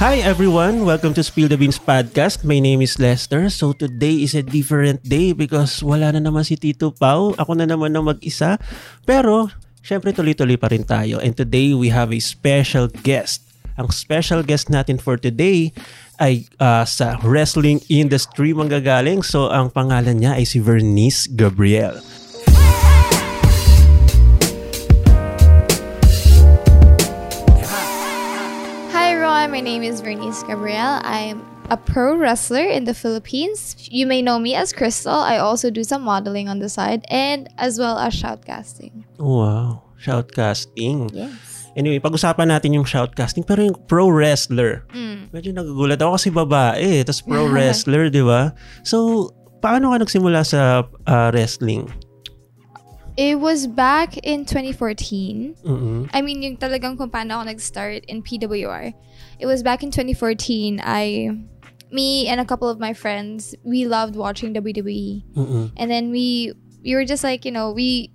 Hi everyone, welcome to Spill the Beans Podcast. My name is Lester. So today is a different day because wala na naman si Tito Pau. Ako na naman ang mag-isa. Pero syempre tuloy-tuloy pa rin tayo. And today we have a special guest. Ang special guest natin for today ay ah, sa wrestling industry manggagaling. So ang pangalan niya ay si Vernice Gabriel. Hi everyone, my name is Vernice Gabriel. I'm a pro wrestler in the Philippines. You may know me as Crystal. I also do some modeling on the side and as well as shoutcasting. Wow, shoutcasting. Yes. Anyway, pag-usapan natin yung shoutcasting pero yung pro wrestler. Mm. Medyo nagugulat ako kasi babae, tapos pro wrestler, 'di ba? So, paano ka nagsimula sa ah, wrestling? It was back in 2014. Mm-mm. I mean, yung talagang kung paano ako nag-start in PWR. It was back in 2014. I, me and a couple of my friends, we loved watching WWE. Mm-mm. and then we we were just like you know we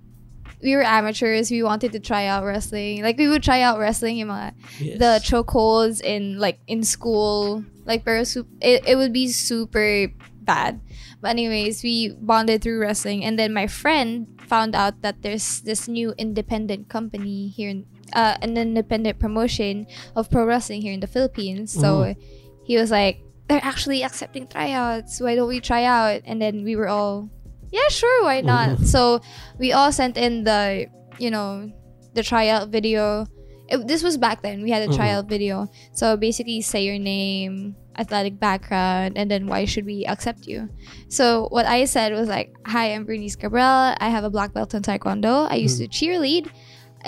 we were amateurs we wanted to try out wrestling like we would try out wrestling in mga, Yes. the chokeholds in like in school like pero su- it, it would be super bad but anyways we bonded through wrestling and then my friend found out that there's this new independent company here in uh, an independent promotion of pro wrestling here in the Philippines so he was like they're actually accepting tryouts why don't we try out and then we were all yeah sure why not so we all sent in the you know the tryout video it, this was back then we had a Mhm. tryout video so basically say your name athletic background and then why should we accept you so what i said was like hi i'm bernice Cabral. i have a black belt in taekwondo i used to cheerlead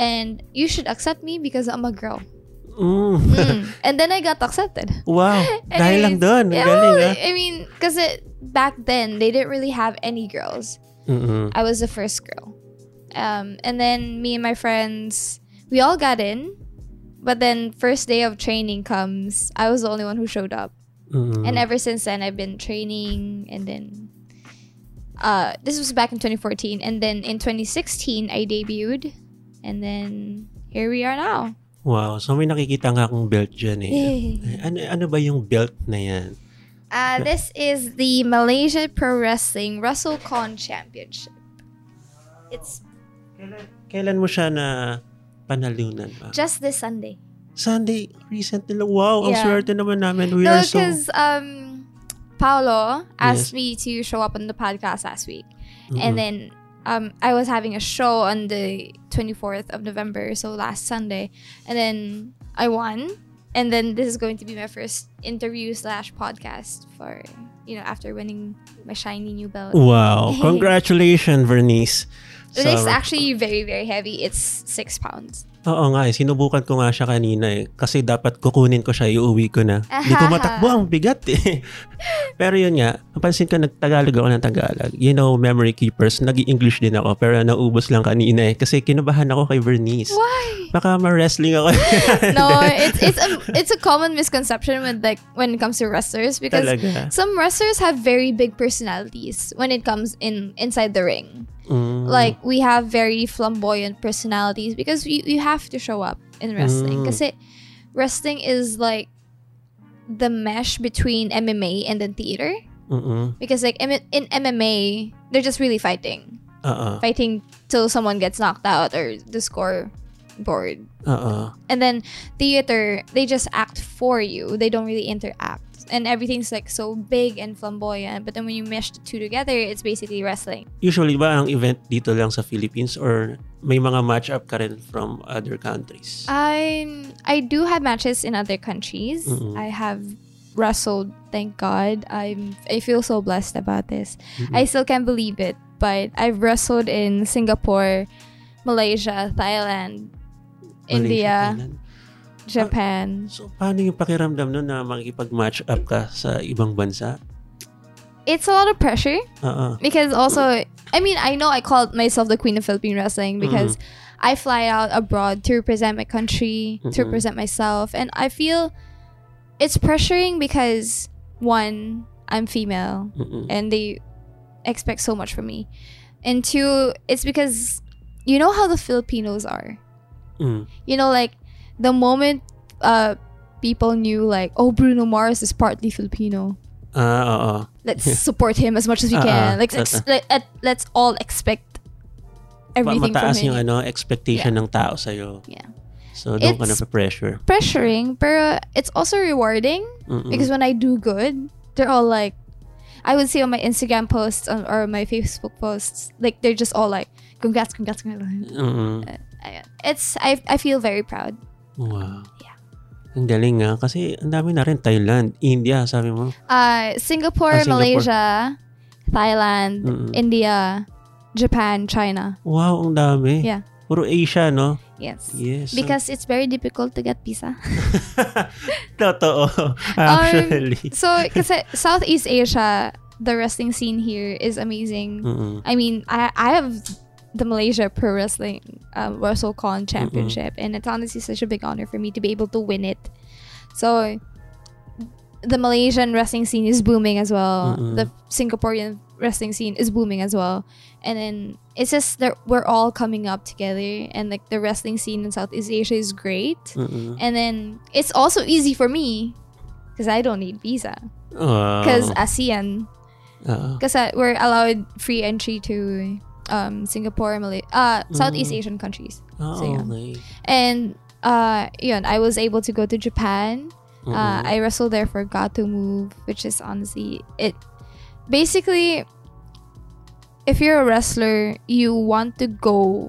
and you should accept me because i'm a girl Mm. Mm. and then i got accepted wow, dahil lang Anyways, doon. Ang yeah, Galing, well, ah. I mean, because back then they didn't really have any girls. Mm-mm. I was the first girl, um, and then me and my friends, we all got in. But then first day of training comes, I was the only one who showed up, Mm-mm. and ever since then I've been training, and then. Uh, this was back in 2014, and then in 2016 I debuted, and then here we are now. Wow, so may nakikita nga akong belt dyan eh. Yay. Ano, ano ba yung belt na yan? Uh, this is the Malaysia Pro Wrestling WrestleCon Championship. It's Kailan mo siya na panalunan ba? just this Sunday. Sunday, recently lang. Wow, ang Yeah. swerte naman namin. We are no, so... because um, Paolo asked me to show up on the podcast last week, Mm-mm. and then um, I was having a show on the 24th of November, so last Sunday, and then I won, and then this is going to be my first interview slash podcast for you know after winning my shiny new belt. Wow, congratulations, Vernice. It is Sa- actually very, very heavy. It's six pounds. Oo nga eh, sinubukan ko nga siya kanina eh. Kasi dapat kukunin ko siya, iuwi ko na. Hindi ko matakbo, ang bigat eh. pero yun nga, napansin ko nagtagalog ako ng Tagalog. You know, memory keepers, nag english din ako. Pero naubos lang kanina eh. Kasi kinabahan ako kay Vernice. Why? Baka ma-wrestling ako. No, it's it's a it's a common misconception with like when it comes to wrestlers because Talaga. some wrestlers have very big personalities when it comes in inside the ring. Mm. Like we have very flamboyant personalities because you, you have to show up in wrestling. Mm. Because wrestling is like the mesh between MMA and then theater. Mm-mm. Because like M- in MMA, they're just really fighting. Oo. fighting till someone gets knocked out or the score board. Oo. And then theater, they just act for you. They don't really interact. And everything's like so big and flamboyant. But then when you mesh the two together, it's basically wrestling. Usually ba ang event dito lang sa Philippines or may mga match-up ka rin from other Ah, countries? I I do have matches in other countries. Mhm. I have wrestled, thank God. I'm I feel so blessed about this. Mm-hmm. Mm. I still can't believe it. But I've wrestled in Singapore, Malaysia, Thailand, Malaysia, India, Thailand. Japan. So, paano yung pakiramdam nun na makikipag-match up ka sa ibang bansa? it's a lot of pressure Oo. because also I mean I know I call myself the queen of Philippine wrestling because I fly out abroad to represent my country to Mhm. represent myself and I feel it's pressuring because one I'm female Mm-mm. and they expect so much from me and two it's because you know how the Filipinos are Mm. you know like the moment uh people knew like, oh, Bruno Mars is partly Filipino. Ah, oo. Let's support him as much as we Ah, can. ah, Like, ah, let's, let, let, let's all expect Pa- everything from mataas him. yung ano, expectation ng tao sa'yo. Yeah. So, doon ka na It's- pressure. Pressuring, pero it's also rewarding Mm-hmm. because when I do good, they're all like, I would see on my Instagram posts or- or my Facebook posts, like they're just all like, congrats, congrats, congrats. mm Ayan. It's I I feel very proud. Wow. Yeah. Ang galing nga. Kasi ang dami na rin. Thailand, India, sabi mo. Uh, Ah, Singapore, Singapore. Malaysia, Thailand, Mm-mm. India, Japan, China. Wow, ang dami. Yeah. Puro Asia, no? Yes. Yes. Because it's very difficult to get visa. Totoo. Um, Actually. so, kasi Southeast Asia, the wrestling scene here is amazing. Mm-mm. I mean, I I have the Malaysia Pro Wrestling um, WrestleCon Championship, and it's honestly such a big honor for me to be able to win it. So, the Malaysian wrestling scene is booming as well. Mm-mm. The Singaporean wrestling scene is booming as well, and then it's just that we're all coming up together, and like the wrestling scene in Southeast Asia is great, Mm-mm. and then it's also easy for me because I don't need visa Wow. Ah. because ASEAN Oo. kasi we're allowed free entry to um, Singapore, Malay, uh, Southeast Mm. Asian countries. Ah, So, yeah. okay. And uh, yun, I was able to go to Japan. Uh, Mm-mm. I wrestled there for Gato Move, which is honestly it. Basically, if you're a wrestler, you want to go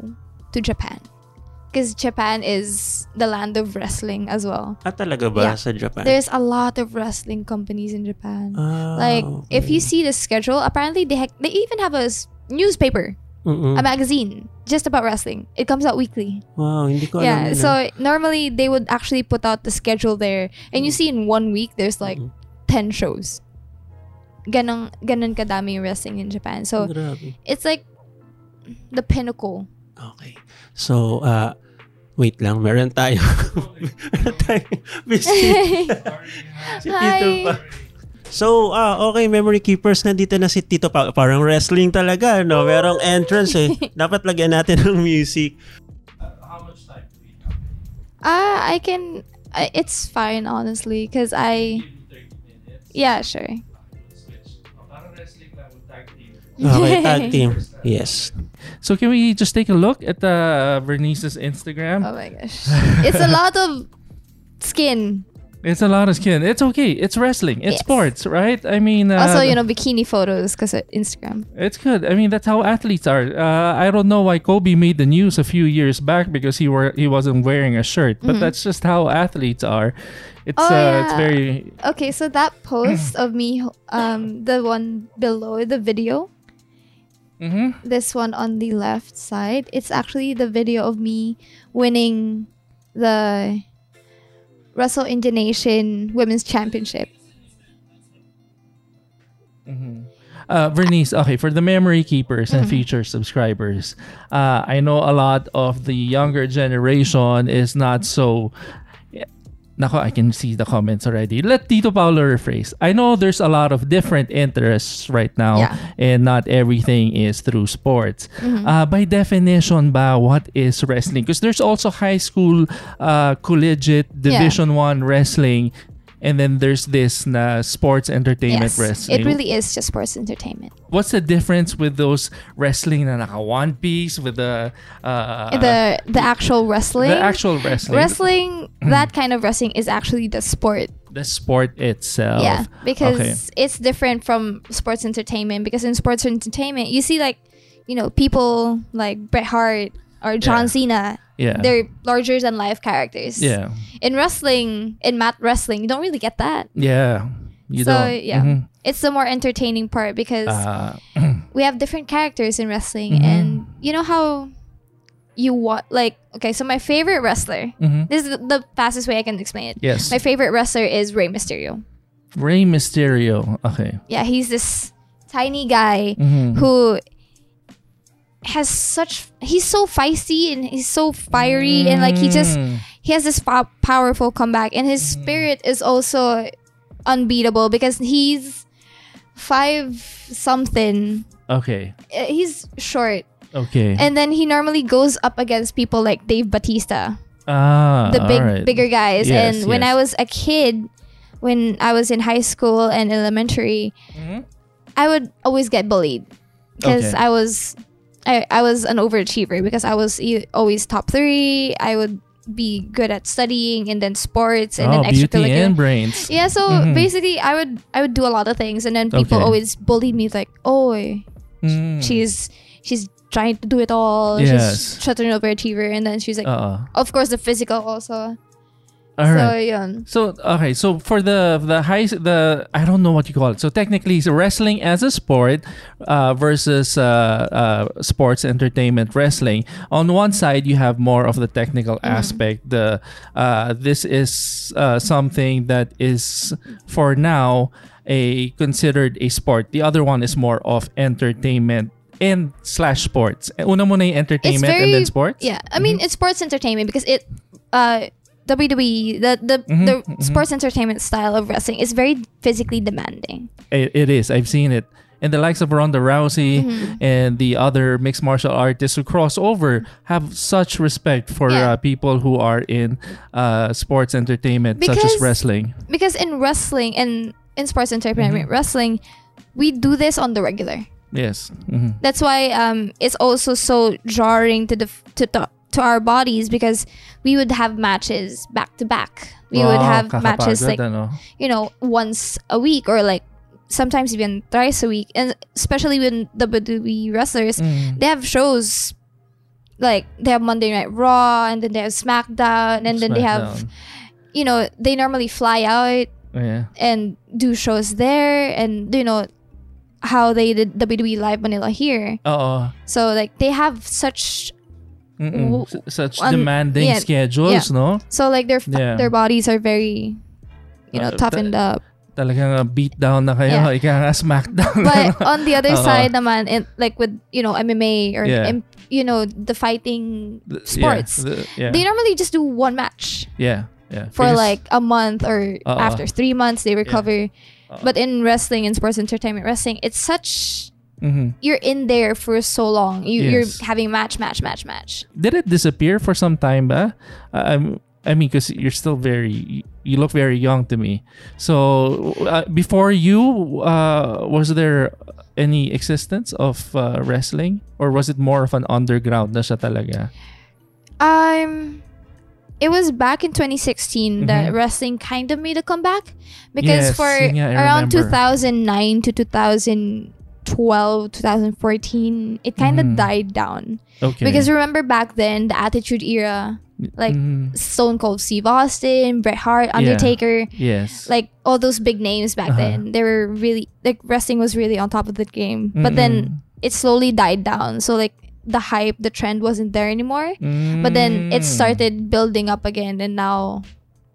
to Japan because Japan is the land of wrestling as well. ah, talaga ba? yeah. Sa Japan? There's a lot of wrestling companies in Japan. Ah, Like if you okay. see the schedule, apparently they ha- they even have a s- newspaper, Mm-mm. a magazine just about wrestling. It comes out weekly. Wow, hindi ko alam yeah. yun, ah. So normally they would actually put out the schedule there, and you see in one week there's like Mm-mm. ten shows. Ganang ganon kadami yung wrestling in Japan. So Grabe. it's like the pinnacle. Okay. So, uh, wait lang. Meron tayo. meron tayo. Biscuit. si Tito Hi. pa. So, ah, okay, Memory Keepers, nandito na si Tito pa. Parang wrestling talaga, no? Merong entrance eh. Dapat lagyan natin ng music. Ah, I can. I it's fine honestly, cause I yeah sure. Okay, tag team. Yes. So can we just take a look at uh, Bernice's Instagram? Oh my gosh. It's a lot of skin. It's a lot of skin. It's okay. It's wrestling. It's Yes. sports, right? I mean, uh, Also, you know, bikini photos because Instagram. it's good. I mean, that's how athletes are. Uh, I don't know why Kobe made the news a few years back because he were he wasn't wearing a shirt, but that's just how athletes are. It's Mm-hmm. Oh, uh, yeah. it's very Okay, so that post of me, um, the one below the video, hmm this one on the left side, it's actually the video of me winning the Russell Indonesian Women's Championship. Uh, Bernice, okay, for the memory keepers Mm-hmm. and future subscribers, uh, I know a lot of the younger generation is not so. Nako, I can see the comments already. Let Tito Paolo rephrase. I know there's a lot of different interests right now, Yeah. Mm-hmm. and not everything is through sports. Uh, by definition, ba, what is wrestling? Because there's also high school, uh, collegiate, Division One wrestling, and then there's this na sports entertainment wrestling it really is just sports entertainment. what's the difference with those wrestling and naka one piece with the uh, the the actual wrestling, the actual wrestling, wrestling, that kind of wrestling is actually the sport the sport itself. Yeah, because okay. it's different from sports entertainment. Because in sports entertainment, you see like, you know, people like Bret Hart or John Yeah. Cena. yeah, They're larger than life characters. yeah, In wrestling, in mat wrestling, you don't really get that. yeah. You so don't. yeah, Mhm. it's the more entertaining part because Uh, we have different characters in wrestling, Mhm. and you know how you want like okay. So my favorite wrestler. mhm. This is the- the fastest way I can explain it. Yes, My favorite wrestler is Rey Mysterio. Rey Mysterio. Okay. Yeah, he's this tiny guy Mhm. who has such he's so feisty and he's so fiery and like he just Mm. he has this po- powerful comeback and his spirit is also unbeatable because he's five something okay, Uh, he's short okay, and then he normally goes up against people like dave batista Ah, the big alright. bigger guys Yes, and when yes. i was a kid when i was in high school and elementary Mhm. i would always get bullied because Okay. i was I, I was an overachiever because i was e- always top three i would be good at studying and then sports and oh, then beauty extracurricular and brains. yeah so Mhm. basically i would i would do a lot of things and then people Okay. always bullied me like oh Mm. she's she's trying to do it all Yes. she's such an overachiever and then she's like Uh-uh. of course the physical also All so right. yun. So okay, so for the the high the I don't know what you call it. So technically, it's wrestling as a sport uh, versus uh, uh, sports entertainment wrestling. On one side, you have more of the technical aspect. The uh, this is uh, something that is for now a considered a sport. The other one is more of entertainment and slash sports. Una muna yung entertainment and then sports. Mm-hmm. Yeah, I mean it's sports entertainment because it, uh, WWE the the, the Mhm, mhm. sports entertainment style of wrestling is very physically demanding. It, it is. I've seen it. And the likes of Ronda Rousey Mm-hmm. and the other mixed martial artists who cross over have such respect for Yeah. uh, people who are in uh, sports entertainment, such as Because- wrestling. Because in wrestling and in sports entertainment Mm-hmm. wrestling, we do this on the regular. Yes. hmm That's why um it's also so jarring to the f- to the, to our bodies because we would have matches back to back. We would have matches like you know, once a week or like sometimes even thrice a week. And especially when WWE wrestlers, Mm. they have shows like they have Monday Night Raw and then they have SmackDown and then they have, you know, they normally fly out Yeah. and do shows there and, you know, how they did WWE Live Manila here. Oo. So like they have such Mm-mm. W- S- Such on- demanding um, yeah, schedules, no? so like their fa- Yeah. their bodies are very you know Uh, toughened up. Talagang uh, beat down na Yeah. kayo. Ika nga smackdown. but uh, on the other Oo. side naman in, like with you know MMA or Uh-huh. Yeah. M- you know the fighting The- yeah, sports the- Yeah. they normally just do one match yeah. Yeah. for Because- like a month or Oo. after 3 months they recover Oo. but in wrestling and sports entertainment wrestling it's such Mhm. you're in there for so long you, Yes. you're having match match match match did it disappear for some time ba? Uh, I'm, I mean, because you're still very, you look very young to me. So uh, before you, uh, was there any existence of uh, wrestling, or was it more of an underground na siya talaga? um it was back in 2016 that Mhm. wrestling kind of made a comeback because Yes, for yun nga, I around remember. 2009 to 2012 2014 it kind of Mhm. died down Okay. because remember back then the attitude era like Mhm. stone cold steve austin bret hart Yeah. undertaker yes, like all those big names back Uh-huh. then they were really like wrestling was really on top of the game but Mm-hmm. then it slowly died down so like the hype the trend wasn't there anymore Mm-mm. but then it Mm. started building up again and now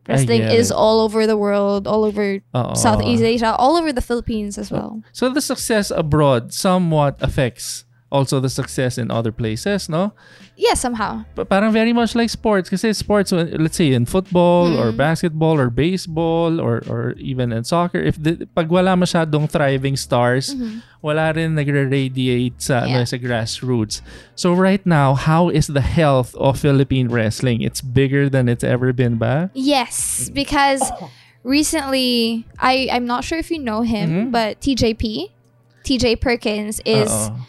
I wrestling get is it. Oh. all over the world all over Oo. southeast asia all over the philippines as well So the success abroad somewhat affects also the success in other places, no? yeah somehow pa- parang very much like sports kasi sports uh, let's say in football or Mm-hmm. basketball or baseball or or even in soccer if the, pag wala masyadong thriving stars wala rin nagre-radiate sa Mm-hmm. Yeah. ano sa grassroots so right now how is the health of Philippine wrestling it's bigger than it's ever been ba yes because recently i i'm not sure if you know him Mm-hmm. but tjp tj perkins is Oo.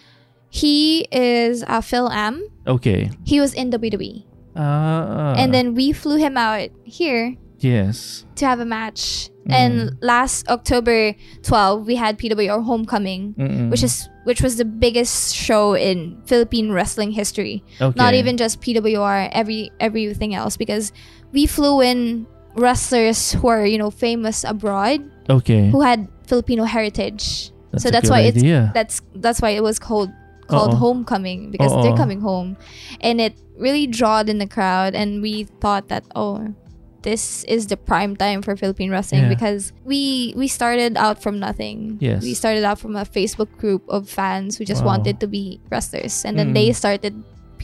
he is a phil am okay he was in wwe Uh-huh. Ah, and then we flew him out here yes to have a match Mm-hmm. and last october 12 we had pwo homecoming Mm-mm. which is which was the biggest show in Philippine wrestling history. okay. Not even just PWR, every everything else because we flew in wrestlers who are you know famous abroad okay who had Filipino heritage. so Mm-hmm. a that's good why it's idea. that's that's why it was called called Oo. homecoming because they're Oo. coming home, and it really drawed in the crowd. And we thought that oh. This is the prime time for Philippine wrestling Yeah. because we we started out from nothing. Yes. We started out from a Facebook group of fans who just Wow. wanted to be wrestlers, and then Mm. they started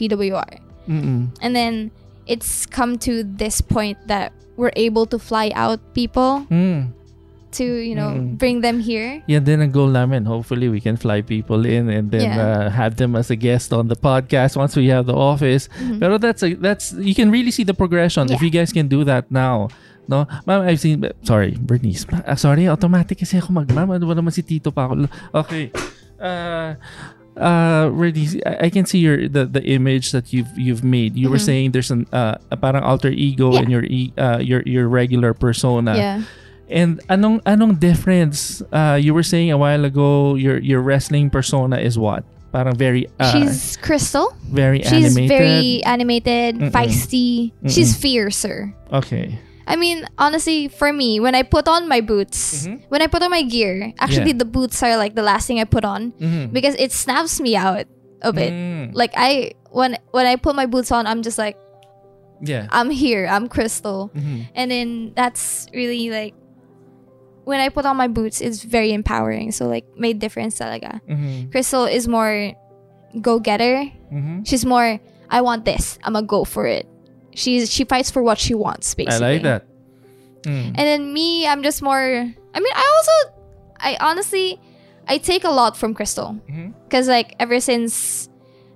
PWR, Mm-mm. and then it's come to this point that we're able to fly out people Mm. to, you know, Mm. bring them here. Yan din ang goal namin. Hopefully, we can fly people in and then Yeah. uh, have them as a guest on the podcast once we have the office. Pero that's a, that's you can really see the progression Mm-hmm. if Yeah. you guys can do that now. No? Ma'am, I've seen... Sorry, Bernice. Ma- ah, sorry, automatic kasi ako mag... Ma'am, ano ba naman si Tito pa ako? Okay. Uh, uh Bernice, I, I can see your the, the image that you've you've made. You were Mhm. saying there's an uh, a parang alter ego Yeah. in your e- uh, your your regular persona. yeah. And anong anong difference? Uh, you were saying a while ago your your wrestling persona is what? Parang very uh, she's Crystal. very She's animated. very animated, Mm-mm. feisty. She's fiercer. okay. I mean, honestly, for me, when I put on my boots, Mhm. when I put on my gear, actually, the boots are like the last thing I put on Mhm. because it snaps me out a bit. Mm. Like I, when when I put my boots on, I'm just like, yeah. I'm here, I'm Crystal, Mhm. and then that's really like, when I put on my boots, it's very empowering. So like, made difference talaga. Mhm. Crystal is more go getter. Mhm. She's more, I want this, I'm gonna go for it. She's she fights for what she wants, I basically. like that. Mm. And then me, I'm just more. I mean, I also, I honestly, I take a lot from Crystal Mhm. because like ever since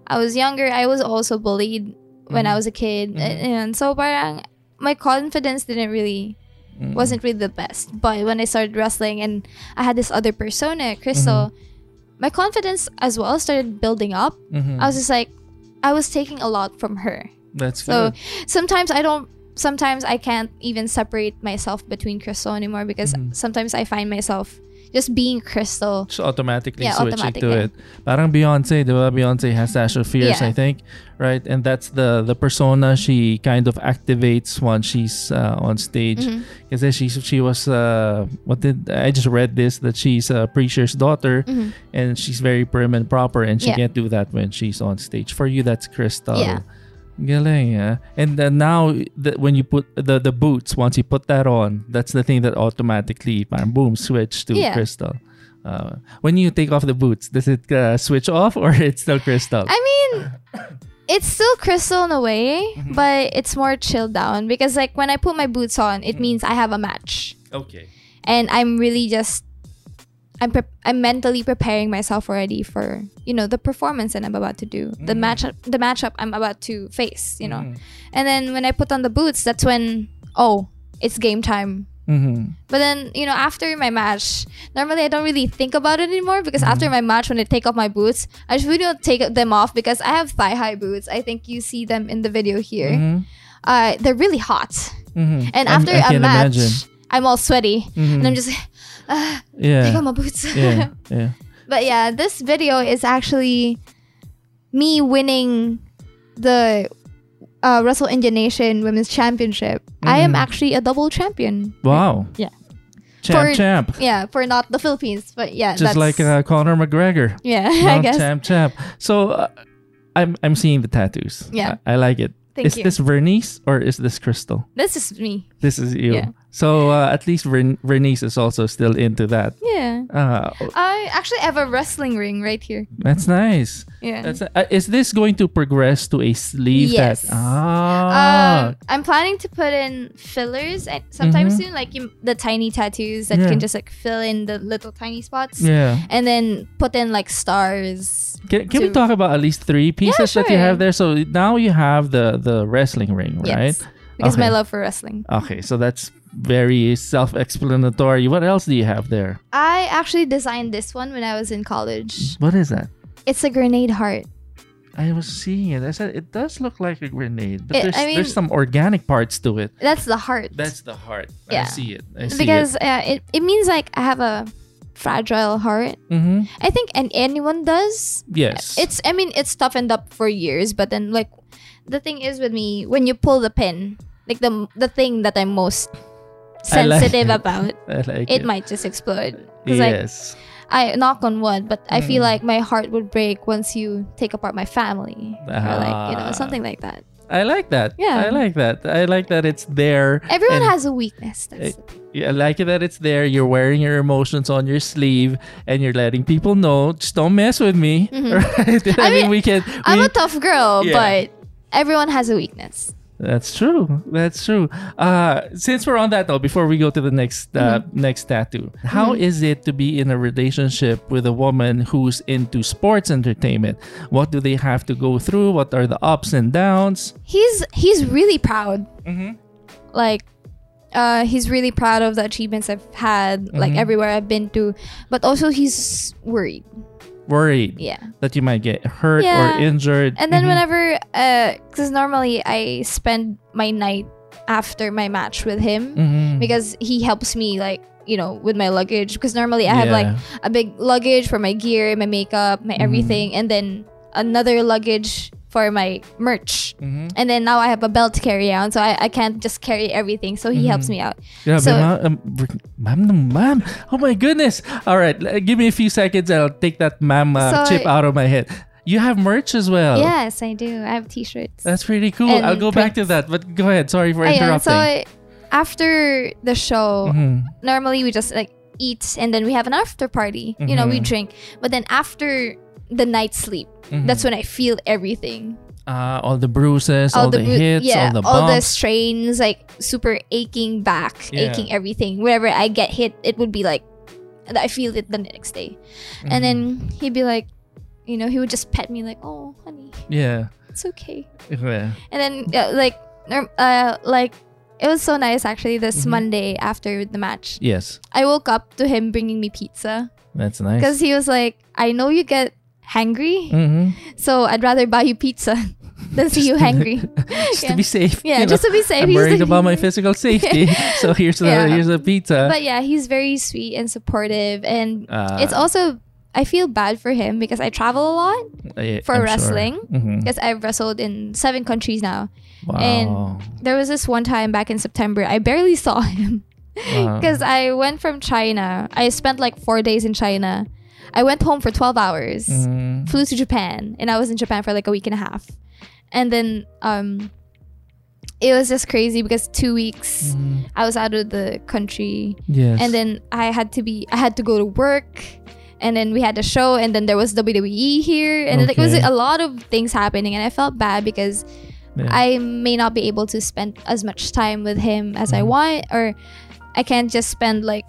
I was younger, I was also bullied when I Mhm. was a kid, Mhm. and, and so parang my confidence didn't really Mm. wasn't really the best. But when I started wrestling and I had this other persona, Crystal, Mm-hmm. my confidence as well started building up. Mhm. I was just like, I was taking a lot from her. That's So good. sometimes I don't. Sometimes I can't even separate myself between Crystal anymore because Mhm. sometimes I find myself just being Crystal. Just automatically Yeah, switching to it. automatically. Parang Beyonce, di ba? Beyonce has Sasha Fierce, Yeah. I think, right? And that's the the persona she kind of activates once she's uh, on stage. Mhm. Kasi she she was uh, what did I just read this that she's a preacher's daughter Mhm. and she's very prim and proper and she Yeah. can't do that when she's on stage. For you, that's Crystal. Yeah. Galing, ah. And uh, now the, when you put the the boots, once you put that on, that's the thing that automatically bam, boom switch to Yeah. Crystal. Uh, when you take off the boots, does it uh, switch off or it's still Crystal? I mean, it's still Crystal in a way, but it's more chilled down because like when I put my boots on, it means I have a match okay. and I'm really just. I'm, pre- I'm mentally preparing myself already for you know the performance that I'm about to do the Mhm. matchup the matchup I'm about to face you know Mm. And then when I put on the boots, that's when, oh, it's game time. Mhm. But then, you know, after my match, normally I don't really think about it anymore because Mm-hmm. after my match, when I take off my boots, I just really don't take them off because I have thigh high boots. I think you see them in the video here. Mhm. Uh, they're really hot. Mhm. And I'm- after I a can match, imagine. Mm-hmm. I'm all sweaty. And I'm just, ah, take yeah, off my boots. Eh. yeah, yeah. But yeah, this video is actually me winning the uh, Russell Indian Nation Women's Championship. I am Mhm. actually a double champion. Wow. Yeah. Champ, For- champ. Yeah, for not the Philippines, but yeah, Just that's, like uh, Conor McGregor. yeah, I Now guess. Champ, champ. So uh, I'm I'm seeing the tattoos. Yeah. I, I like it. Is Thank you. this Vernice or is this Crystal? this is me. This is you. Yeah. So uh, at least Vern- Vernice is also still into that. Yeah, Uh, I actually have a wrestling ring right here. that's nice. Yeah. That's uh, is this going to progress to a sleeve? Yes. That, ah. um, I'm planning to put in fillers and sometimes Mhm. soon, like you, the tiny tattoos that Yeah. can just like fill in the little tiny spots, yeah. and then put in like stars. Can, can we to- talk about at least three pieces that you sure. have there? So now you have the the wrestling ring, right? Yes, because my Okay. love for wrestling. Okay, so that's very self-explanatory. What else do you have there? I actually designed this one when I was in college. What is that? It's a grenade heart. I was seeing it. I said it does look like a grenade, but It- there's, I mean- there's some organic parts to it. That's the heart. That's the heart. I Yeah. see it. I see because uh, it, it means like I have a fragile heart. it. Mm-hmm. I think and anyone does. Yes. It's I mean it's toughened up for years, but then like the thing is with me when you pull the pin, like the the thing that I'm most I like sensitive it. about, I like it might just explode. 'Cause, like, Yes. I knock on wood, but I Hmm. feel like my heart would break once you take apart my family or like you know Ah. something like that. I like that. Yeah. I like that. I like that it's there. Everyone and- has a weakness. That's Eh, Yeah, I like that it's there. You're wearing your emotions on your sleeve, and you're letting people know. Just don't mess with me, right? I, mean, Mm-hmm. mean, we can. I'm we- a tough girl, Yeah. but everyone has a weakness. That's true. That's true. Uh, since we're on that though, before we go to the next uh, Mm-hmm. next tattoo, how is it to be in a relationship with a woman who's into sports entertainment? What do they have to go through? What are the ups and downs? He's he's really proud. Mhm. Like, uh, he's really proud of the achievements I've had. Like Mhm. everywhere I've been to, but also he's worried. Worried Yeah. that you might get hurt Yeah. or injured. And then Mhm. whenever, uh, because normally I spend my night after my match with him Mhm. because he helps me like you know with my luggage because normally I have like Yeah. Mm-hmm. a big luggage for my gear, my makeup, my everything, and then another luggage for my merch. Mhm. And then now I have a belt to carry on, so I, I can't just carry everything. So he Mm-hmm. helps me out. Yeah, So- ma'am, um, br- ma'am, no, ma'am. Oh my goodness. All right, l- give me a few seconds. I'll take that ma'am uh, So- chip out of my head. You have merch as well. Yes, I do. I have t-shirts. Oh. That's pretty cool. And I'll go back to prints. that, but go ahead. Sorry for Ayan, interrupting. so I- after the show, Mhm. normally we just like eat and then we have an after party. You know, we Mhm. drink, but then after the night sleep, Mhm. that's when I feel everything. uh, all the bruises, all, the, bru- hits, yeah, all the bumps. strains, like super aching back, Yeah. aching everything. Whenever I get hit, it would be like I feel it the next day, and Mm-hmm. then he'd be like, you know, he would just pet me like, oh, honey, yeah. it's okay. Yeah. And then yeah, like, norm- uh, like it was so nice actually. This Mhm. Monday after the match, Yes, I woke up to him bringing me pizza that's nice. because he was like, I know you get hangry, Mhm. so I'd rather buy you pizza than see you to- hangry. just Yeah. to be safe. Yeah, you know. just to be safe. I'm he's like- worried about my physical safety, so here's the Yeah. here's a pizza. But yeah, he's very sweet and supportive, and uh, it's also I feel bad for him because I travel a lot I- for I'm sure. wrestling. Mhm. because I've wrestled in seven countries now. and- Wow. There was this one time back in September I barely saw him Wow. because I went from China. I spent like four days in China. I went home for twelve hours, Mhm. flew to Japan, and I was in Japan for like a week and a half, and then um. It was just crazy because two weeks Mhm. I was out of the country Yes. and then I had to be I had to go to work and then we had a show and then there was WWE here and like, it was Okay. a lot of things happening and I felt bad because Yeah. I may not be able to spend as much time with him as I Mhm. want or I can't just spend like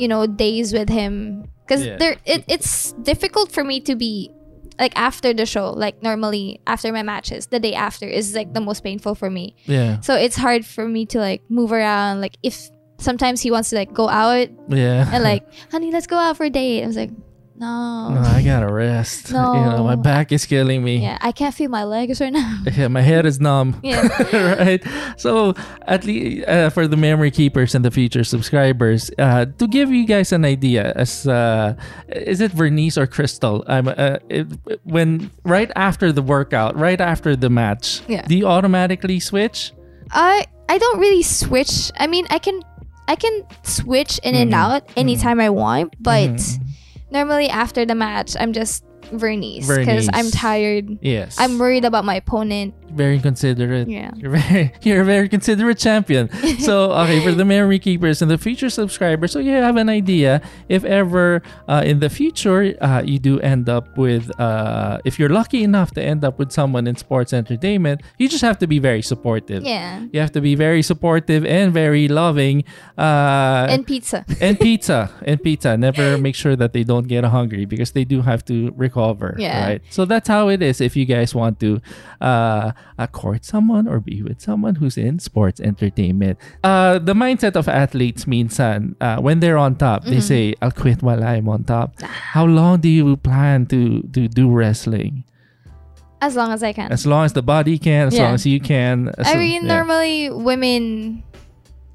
you know days with him because Yeah. there it, it's difficult for me to be like after the show like normally after my matches the day after is like the most painful for me yeah. so it's hard for me to like move around like if sometimes he wants to like go out Yeah. and like, honey, let's go out for a date. I was like, no. No, Oh, I gotta rest. You know, my No. back is killing me. yeah, I can't feel my legs right now. Yeah, my head is numb. Yeah. right. So, at least uh, for the memory keepers and the future subscribers, uh, to give you guys an idea, as uh, is it Vernice or Crystal? I'm uh, it, when right after the workout, right after the match, Yeah. do you automatically switch? I I don't really switch. I mean, I can I can switch in and Mhm. out anytime I want, but Mhm. normally after the match, I'm just Vernice because Vernice. I'm tired. Yes, I'm worried about my opponent. very considerate. Yeah. You're very, you're a very considerate champion. So, okay, for the memory keepers and the future subscribers, so you have an idea if ever uh, in the future uh, you do end up with, uh, if you're lucky enough to end up with someone in sports entertainment, you just have to be very supportive. Yeah. You have to be very supportive and very loving. Uh, And pizza. and pizza and pizza never make sure that they don't get hungry because they do have to recover Yeah. right so that's how it is if you guys want to uh, uh court someone or be with someone who's in sports entertainment uh the mindset of athletes minsan uh, when they're on top Mm-hmm. they say i'll quit while i'm on top how long do you plan to to do wrestling As long as I can. as long as the body can as Yeah. long as you can as I mean, yeah. normally women,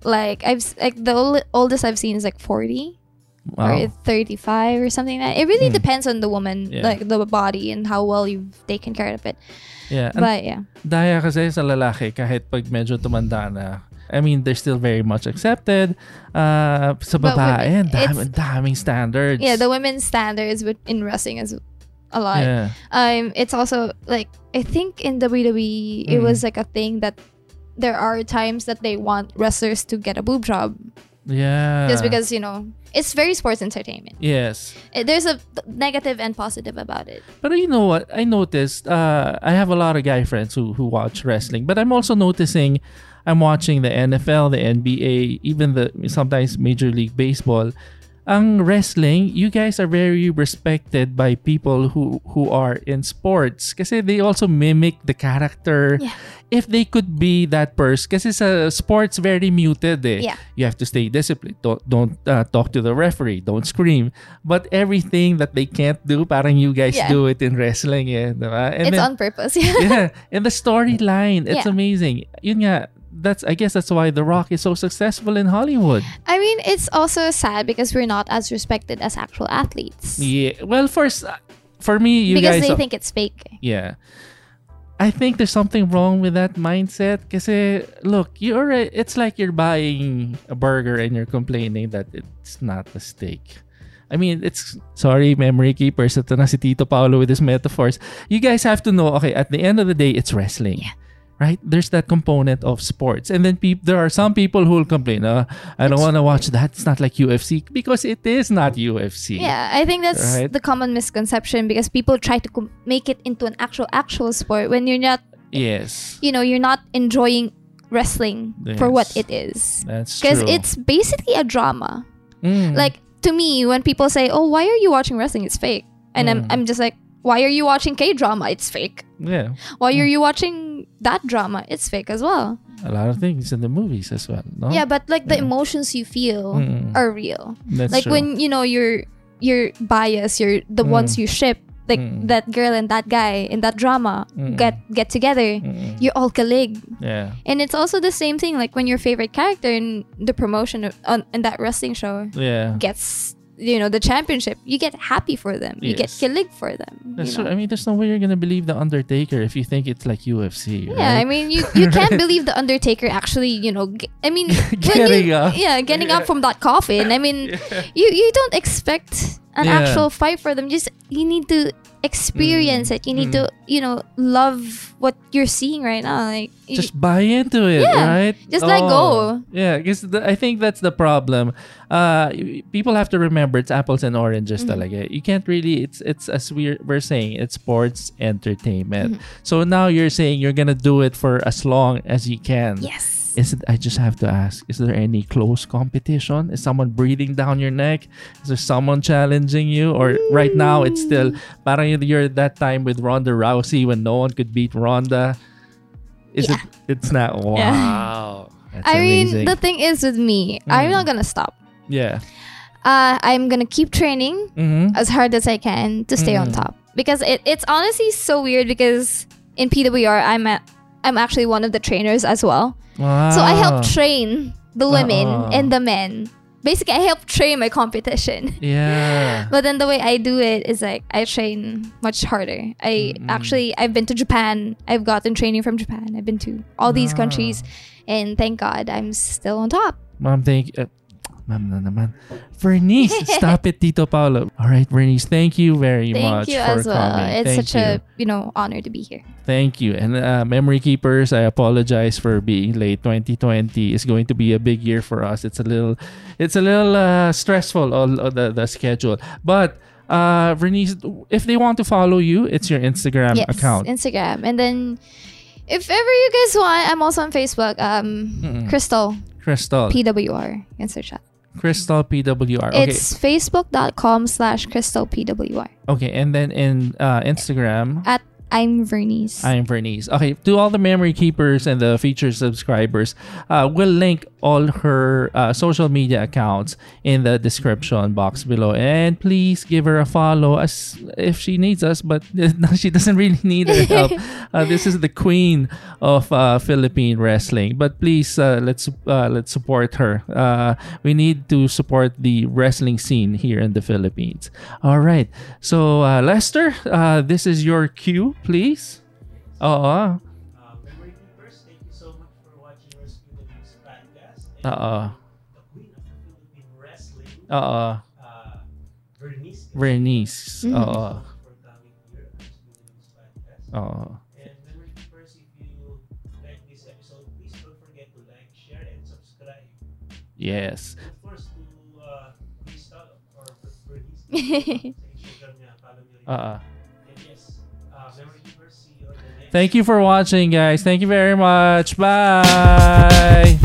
like I've s- like the ol- oldest I've seen is like forty. Wow. or 35 or something like that. It really Mm. depends on the woman, Yeah. like the body and how well you've taken care of it. yeah And But yeah. Daya kasi sa lalaki, kahit pag medyo tumanda na, I mean, they're still very much accepted. Uh, sa But babae, women- it's- dami, daming standards. Yeah, the women's standards with in wrestling is a lot. Yeah. Um it's also like I think in WWE it Mm. was like a thing that there are times that they want wrestlers to get a boob job. Yeah. just because you know it's very sports entertainment. Yes. Eh, There's a th- negative and positive about it. But you know what? I noticed uh, I have a lot of guy friends who, who watch wrestling, but I'm also noticing I'm watching the NFL, the NBA, even the sometimes Major League Baseball. Ang wrestling, you guys are very respected by people who who are in sports kasi they also mimic the character. Yeah. If they could be that person kasi sa sports very muted eh. Yeah. You have to stay disciplined. Don't don't uh, talk to the referee, don't scream. But everything that they can't do, parang you guys Yeah. do it in wrestling eh, diba? it's And on then- purpose. Yeah. yeah, and the storyline, it's Yeah. amazing. Yun nga, that's I guess that's why The Rock is so successful in Hollywood. I mean, it's also sad because we're not as respected as actual athletes Yeah. Well, first uh, for me, you because guys they are- think it's fake. Yeah. I think there's something wrong with that mindset kasi look, you already it's like you're buying a burger and you're complaining that it's not a steak. I mean, it's sorry memory keepers, ito na si Tito Paolo with his metaphors. You guys have to know, okay, at the end of the day, it's wrestling. Right? There's that component of sports. And then peop there are some people who will complain, uh, I don't want to watch that. It's not like UFC because it is not UFC. Yeah, I think that's Right. the common misconception because people try to com- make it into an actual actual sport when you're not, Yes. you know, you're not enjoying wrestling for what Yes. it is. That's true. Because it's basically a drama. Mm. Like to me, when people say, "Oh, why are you watching wrestling? It's fake," and I'm, Mm-hmm. I'm just like, "Why are you watching K drama? It's fake. yeah. Why are you watching that drama? It's fake as well." a lot of things in the movies as well. No? Yeah, but like the emotions you feel Mm. are real. That's like true. Mm. when you know you're you're biased, you're the ones you ship. Like that girl and that guy in that drama Mm. get get together. You're all colleague, yeah, and it's also the same thing. Like when your favorite character in the promotion of, on, in that wrestling show yeah. gets you know the championship, you get happy for them. You get Yes. colleague for them. That's you true. know? I mean, there's no way you're gonna believe the Undertaker if you think it's like UFC. Yeah, I right? mean, you, you can't believe the Undertaker actually, you know. G- I mean, when Getting you- up. Yeah, getting up from that coffin. I mean, you you don't expect an Yeah. actual fight for them. Just you need to Mm. experience it. You need to, you know, love what you're seeing right now. Like you- just buy into it, Yeah, right? Oh, just let go. Yeah, because I think that's the problem. Uh, y- people have to remember it's apples and oranges, Mm-hmm. talaga. You can't really. It's it's as we're we're saying it's sports entertainment. Mm-hmm. So now you're saying you're gonna do it for as long as you can. yes. Is it, I just have to ask, is there any close competition? Is someone breathing down your neck? Is there someone challenging you? Or right now, it's still, parang yun- you're that time with Ronda Rousey when no one could beat Ronda. Is Yeah. it, it's not, Yeah. wow. That's I mean, amazing. Mm. the thing is with me, I'm not gonna stop. yeah. Uh, I'm gonna keep training. Mm-hmm. as hard as I can to stay on Mm. top. Because it, it's honestly so weird because in PWR I'm a, I'm actually one of the trainers as well. Wow. So I help train the women Ah. Uh-uh. and the men. Basically I help train my competition. Yeah. But then the way I do it is like I train much harder. I Mm-hmm. actually I've been to Japan. I've gotten training from Japan. I've been to all Ah. these countries and thank God I'm still on top. Mom, thank uh, you. Mom na naman. Bernice, stop it, Tito Paolo. All right, Bernice, thank you very much Thank you for as well. coming. It's Thank such you. a, you know, honor to be here. Thank you. And uh, Memory Keepers, I apologize for being late. 2020 is going to be a big year for us. It's a little, it's a little uh, stressful all all the, the schedule. But uh, Vernice, if they want to follow you, it's your Instagram yes, um, account. Instagram. And then if ever you guys want, I'm also on Facebook. Um, Crystal Crystal, PWR. Insert that. Crystal PWR. Okay, It's facebook.com slash Crystal PWR. okay. And then in uh, Instagram, At I'm Vernice. I am Bernice. Okay, to all the memory keepers and the feature subscribers, uh, we'll link all her uh, social media accounts in the description box below. And please give her a follow as if she needs us, but she doesn't really need our help. Uh, this is the queen of uh, Philippine wrestling. But please uh, let's uh, let's support her. Uh, we need to support the wrestling scene here in the Philippines. All right. So uh, Lester, uh, this is your cue, please. Oo. Uh, Memory Keepers, thank you so much for watching our Speed of News podcast. And Oo. the queen of Philippine wrestling, Oo. uh, Bernice, Bernice. Oo. for coming here on Speed of News podcast. Oo. And Memory Keepers, if you like this episode, please don't forget to like, share, and subscribe. Yes. Don't Uh-uh. Thank you for watching, guys. Thank you very much. Bye.